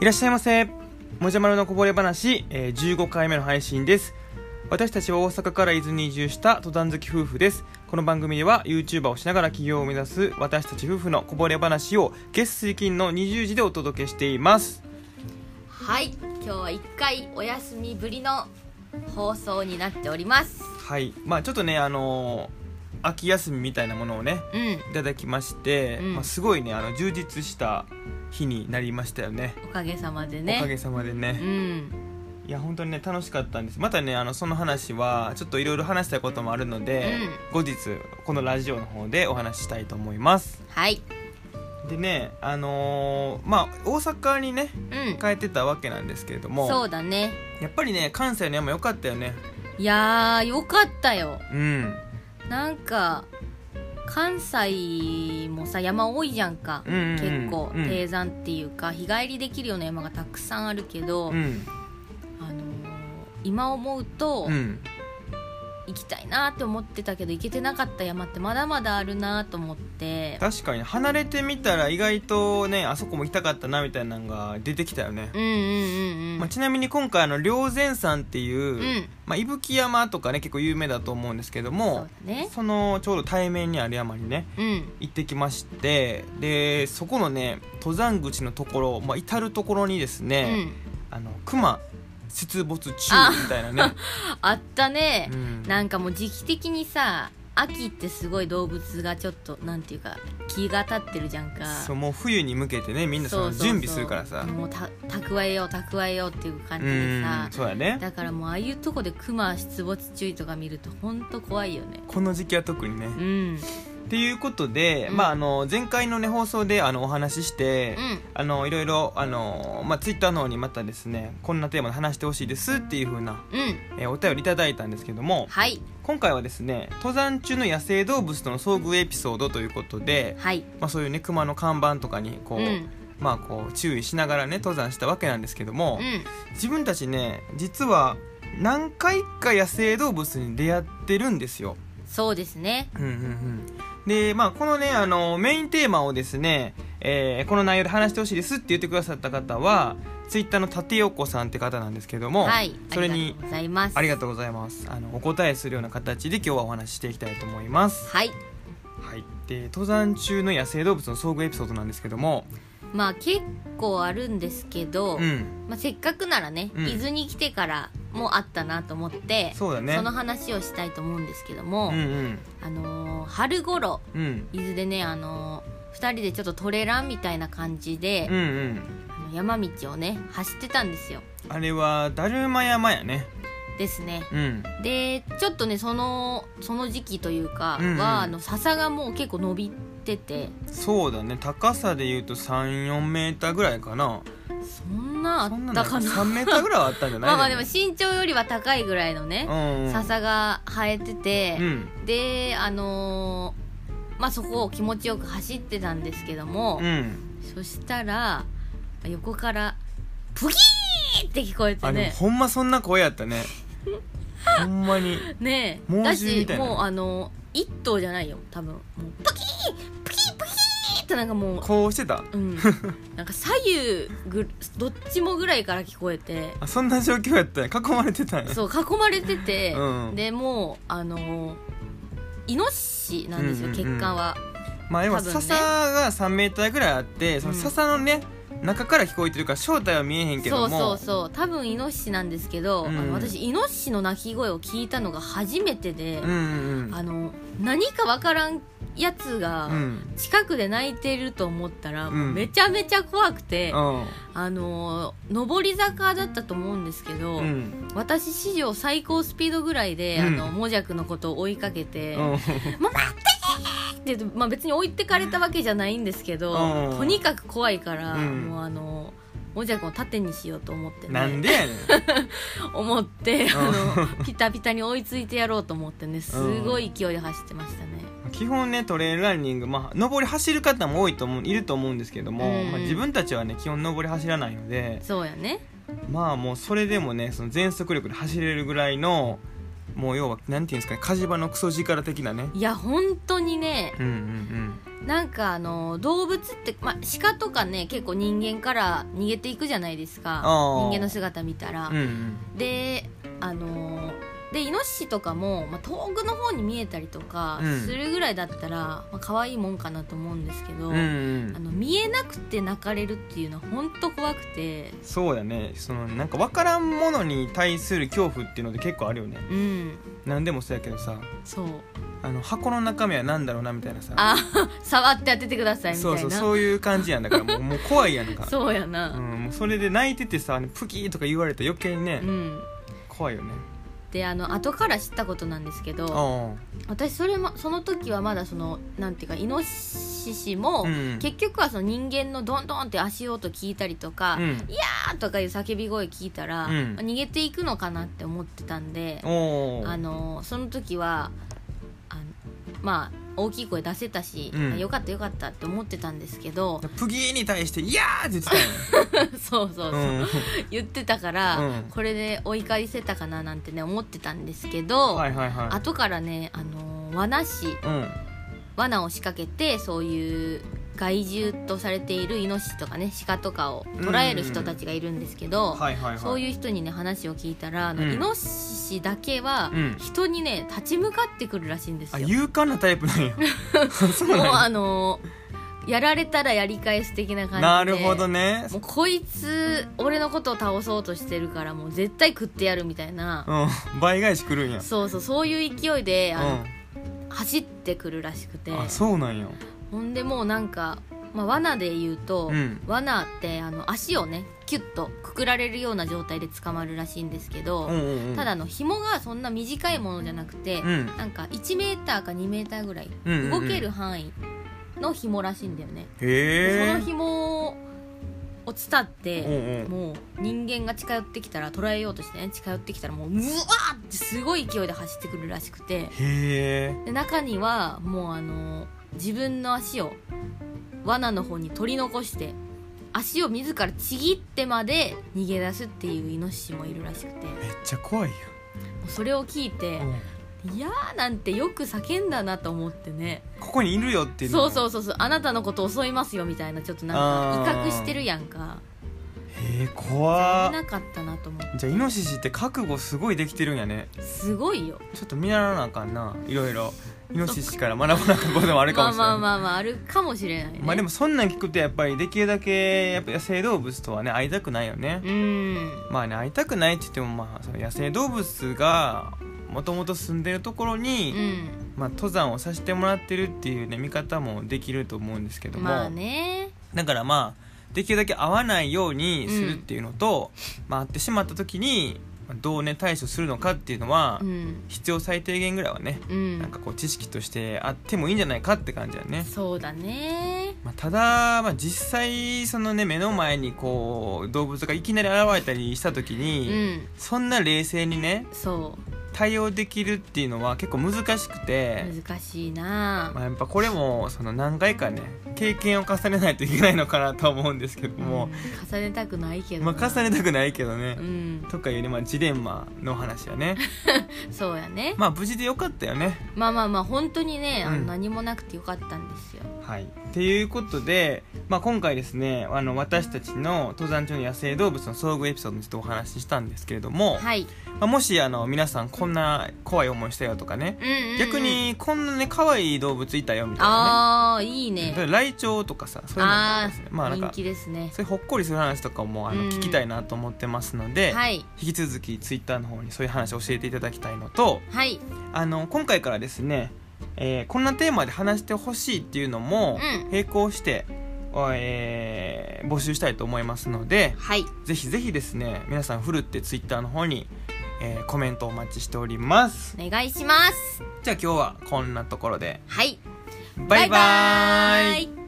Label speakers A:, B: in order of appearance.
A: いらっしゃいませもじゃまるのこぼれ話、えー15回目の配信です私たちは大阪から伊豆に移住した登山好き夫婦ですこの番組では YouTuber をしながら起業を目指す私たち夫婦のこぼれ話を月水金の20時でお届けしています
B: はい今日は1回お休みぶりの放送になっております
A: はいまあちょっとねあのー秋休みみたいなものをね
B: うん
A: いただきまして、
B: うん
A: まあ、すごいねあの充実した日になりましたよね
B: おかげさまで
A: おか
B: ね
A: げさまでね、
B: うん
A: いや本当にね楽しかったんですまたねあのその話はちょっといろいろ話したいこともあるので、後日このラジオの方でお話ししたいと思います
B: はい
A: でねあのーまあ大阪にね
B: うん
A: 帰ってたわけなんですけれど
B: そ
A: も
B: うだね
A: やっぱりね関西の山良かったよね
B: いやーよかったよ
A: うん
B: なんか関西もさ山多いじゃんか、
A: うんうんうん
B: 結構
A: うん
B: 低山っていうか日帰りできるような山がたくさんあるけど、
A: うん
B: あのー今思うと、
A: うん
B: 行きたいなって思ってたけど行けてなかった山ってまだまだあるなと思って
A: 確かに離れてみたら意外とねあそこも行きたかったなみたいなのが出てきたよね
B: う、んうんうんうん、
A: まあ、ちなみに今回あの霊山山っていう、
B: うん
A: まあ、伊吹山とかね結構有名だと思うんですけども
B: そうだね
A: そのちょうど対面にある山にね
B: うん
A: 行ってきましてでそこのね登山口のところ、まあ、至る所にです
B: う
A: ね、
B: ん
A: あの熊出没中
B: あ
A: みたいな ね、
B: あったね
A: う、ん
B: なんかもう時期的にさ秋ってすごい動物がちょっとなんていうか気が立ってるじゃんか
A: そうもう冬に向けてねみんなそ
B: そ
A: の
B: うそうそう
A: 準備するからさ
B: もうた蓄えよう蓄えようっていう感
A: う
B: じでさ
A: んそうやね
B: だからもうああいうとこでクマ出没注意とか見るとほんと怖いよね
A: この時期は特にね、
B: うんうん
A: っていうことで、
B: うん
A: まあ、あの前回の、ね、放送であのお話しして、あのいろいろあの、まあ、ツイッターの方にまたですねこんなテーマで話してほしいですっていう風な、
B: うん
A: えーお便りいただいたんですけども
B: はい
A: 今回はですね登山中の野生動物との遭遇エピソードということで、
B: はい
A: まあ、そういうね熊の看板とかにこ
B: う
A: う、
B: んうん
A: まあ、こう注意しながらね登山したわけなんですけども、自分たちね実は何回か野生動物に出会ってるんですよ。
B: そうですね
A: うんうんうん、で、まあ、このねあのメインテーマをですね、えーこの内容で話してほしいですって言ってくださった方はツイッターの立横さんって方なんですけども、
B: はい
A: それに
B: ありがとうございます
A: ありがとうございますあのお答えするような形で今日はお話ししていきたいと思います、
B: はい
A: はい、で登山中の野生動物の遭遇エピソードなんですけども、
B: まあ結構あるんですけど、
A: うん、
B: まあ、せっかくならね、
A: うん
B: 伊豆に来てからもあったなと思って
A: そうだね
B: の話をしたいと思うんですけども、
A: うんうん
B: あのー春頃
A: うん
B: 伊豆でね、あのー、2人でちょっとトレランみたいな感じで
A: うんう、ん
B: あの山道をね走ってたんですよ
A: あれはだるま山やね
B: ですね
A: うん
B: でちょっとねそのその時期というかは、
A: うんうん
B: あの笹がもう結構伸びてて
A: そうだね高さでいうと34メーターぐらいかな
B: そんなあっ
A: そんな
B: たかな
A: 3メーターぐらいはあったんじゃない
B: まあまあでも身長よりは高いぐらいのね、
A: うんうん
B: 笹が生えてて、
A: うん
B: であのーまあそこを気持ちよく走ってたんですけども、
A: うん
B: そしたら横からプキーって聞こえて
A: あでも
B: ね
A: ほんまそんな声やった ねほんまに
B: ね
A: 猛
B: え
A: 獣
B: だ
A: み
B: した
A: いな
B: もうあの一頭じゃないよ多分もうプキープキープキーってなんかもう
A: こうしてた
B: うん、なんか左右ぐどっちもぐらいから聞こえて
A: あそんな状況やったんや囲まれてたんや
B: そう囲まれてて、
A: うん
B: でもうあのーイノシシなんですよ、
A: うんうんうん
B: 血管は
A: まあでも
B: 多分ね
A: 笹が3メーターぐらいあってその
B: うん
A: 笹のね、中から聞こえてるから正体は見えへんけ
B: そ
A: ど
B: う
A: も
B: そうそう多分イノシシなんですけど、
A: うん
B: あの私イノシシの鳴き声を聞いたのが初めてで、
A: うんうん
B: あの何かわからんやつが
A: うんうん
B: 近くで鳴いてると思ったら、
A: うん
B: もうめちゃめちゃ怖くて、
A: うん
B: あの上り坂だったと思うんですけど、
A: うん
B: 私史上最高スピードぐらいで、
A: うん
B: あのモジャクのことを追いかけて、
A: うん
B: でまあ、別に置いてかれたわけじゃないんですけど、
A: うん
B: とにかく怖いから、
A: うん
B: もうあのモジャクを盾にしようと思って、ね、
A: なんでやねん
B: 思って
A: ん
B: あ のピタピタに追いついてやろうと思ってねすごい勢いで走ってましたね、
A: 基本ねトレイルランニングまあ上り走る方も多いと思ういると思うんですけども、
B: うん
A: まあ、自分たちはね基本上り走らないので
B: そうやね
A: まあもうそれでもねその全速力で走れるぐらいのもう要はなんていうんですかね火事場のクソ力的なね
B: いや本当にね
A: うんうん
B: なんかあの動物って、まあ、鹿とかね結構人間から逃げていくじゃないですか
A: あー
B: 人間の姿見たら、
A: うんうんうん
B: であのーでイノシシとかも、まあ、遠くの方に見えたりとか
A: うん
B: するぐらいだったら、まあ可愛いもんかなと思うんですけど、
A: うんうん
B: あの見えなくて泣かれるっていうのは本当怖くて
A: そうだねそのなんか分からんものに対する恐怖っていうので結構あるよね
B: うん
A: 何でもそうやけどさ
B: そう
A: あの箱の中身は何だろうなみたいなさ
B: あ触って当ててくださいみたい
A: そ
B: な
A: うそうそういう感じやんだからもうもう怖いやんか
B: そうやな
A: うん、もうそれで泣いててさプキーとか言われたら余計にね、
B: うん
A: 怖いよね
B: であの後から知ったことなんですけど
A: あ
B: 私それもその時はまだそのなんていうかイノシシも、
A: うん
B: 結局はその人間のドンドンって足音聞いたりと
A: あ
B: か、
A: うん
B: あーとかいう叫び声聞いたら、
A: うん
B: まあ逃げていくのかなって思ってたんで、
A: おお
B: あのその時はあのまあ大きい声出せたし、
A: うん
B: あよかったよかったって思ってたんですけど
A: プギーに対して「いやー!」って言ってた
B: そうそうそう、
A: よ、ね
B: 言ってたから、
A: うん
B: これで追い返せたかななんてね思ってたんですけ
A: う
B: ど、
A: ん、はいはいは
B: 後からねあの罠師
A: いうん
B: 罠を仕掛けてそういう害獣とされているイノシシとかね鹿とかを捕らえる人たちがいるんですけど、
A: はいはいはい
B: そう
A: う
B: いう人にね話を聞いたら、あの
A: うん
B: イノシシだけは
A: うん
B: 人にね立ち向かってくるらしいんです
A: あ
B: よ。
A: 勇敢なタイプなん やそう
B: もう
A: なんや
B: あのーやられたらやり返す的な感じで
A: なるほどね
B: もうこいつ俺のことを倒そうとしてるからもう絶対食ってやるみたいな、
A: うん倍返しくるんや
B: そうそうそういう勢いであの、
A: う
B: 走ってくるらしくて
A: んあそうなんや
B: ほんでもうなんか、まあ、罠で言うと、
A: うん
B: 罠ってあの足をねキュッとくくられるような状態で捕まるらしいんですけど、
A: うんうんうん
B: ただあの紐がそんな短いものじゃなくて、
A: うん
B: なんか1メーターか2メーターぐらい
A: うんうんうん
B: 動ける範囲の紐らしいんだよね、
A: へえ
B: その紐を伝っ
A: うん
B: て、
A: うん
B: もう人間が近寄ってきたら捕らえようとしてね近寄ってきたらもううわーってすごい勢いで走ってくるらしくて
A: へえ
B: で中にはもうあの自分の足を罠の方に取り残して足を自らちぎってまで逃げ出すっていうイノシシもいるらしくても
A: めっちゃ怖い
B: うそれを聞いて
A: やん、うん
B: 「いやー」なんてよく叫んだなと思ってね
A: ここにいるよっていう
B: そうそううそうそうあなたのこと襲いますよみたいなちょっとなんか
A: あー
B: 威嚇してるやんか
A: へえ
B: い
A: 怖っ
B: なかったなと思って
A: じゃあイノシシって覚悟すごいできてるんやね
B: すごいよ
A: ちょっと見習わなあかんないろいろイノシシから学ばなあかんこともあるかもしれない
B: まあまあまあまああるかもしれないね
A: まあでもそんなん聞くとやっぱりできるだけやっぱ野生動物とはね会いたくないよね、
B: うん
A: まあね会いたくないって言ってもまあその野生動物がもともと住んでるところ
B: う
A: に、
B: ん
A: まあ、登山をさせてもらってるっていうね見方もできると思うんですけども、
B: まあね
A: だからまあできるだけ会わないようにするっていうのと、まあ会ってしまった時にまあどうね対処するのかっていうのは、
B: うん
A: 必要最低限ぐらいはね、
B: うん
A: なんかこう知識としてあってもいいんじゃないかって感じだね。
B: そうだね
A: まあ、ただ、まあ、実際そのね目の前にこう動物がいきなり現れたりした時
B: う
A: に、
B: ん
A: そんな冷静にね
B: そ
A: 対応できるっていうのは結構難しく
B: う
A: て、
B: 難しいな、
A: まあ、やっぱこれもその何回かね経験を重ねないといけないのかなとは思うんですけども、
B: うん重ねたくないけど
A: まあ、重ね
B: ね
A: たくないけどね
B: う、ん
A: とかいうね、まあ、ジレンマの話はね
B: そうやね
A: まあ無事でよかったよね。
B: まあまあまあ本当にね、あの
A: うん
B: 何もなくてよかったんですよ
A: はい、っていうことで、まあ、今回ですねあの私たちの登山中の野生動物の遭遇エピソードについてお話ししたんですけれども、
B: はい、
A: まあ、もしあの皆さんこんな怖い思いしたよとかね
B: うんうんうん
A: 逆にこんなね可愛い動物いたよみたいな
B: ああいい
A: ね
B: ね
A: 例えばライチョウとかさそういうのも
B: あ
A: ですね
B: ー、
A: まあなん
B: 人
A: か
B: 気ですね
A: そういうほっこりする話とかもあ
B: うん
A: の聞きたいなと思ってますので、
B: はい
A: 引き続きツイッターの方にそういう話を教えていただきたいのと
B: はい
A: あの今回からですね、えーこんなテーマで話してほしいっていうのも
B: うん
A: 並行して、えー募集したいと思いますので
B: はい
A: ぜひぜひですね皆さんふるってツイッターの方に、えーコメントお待ちしております
B: お願いします
A: じゃあ今日はこんなところで
B: はい
A: バイバーイ
B: イ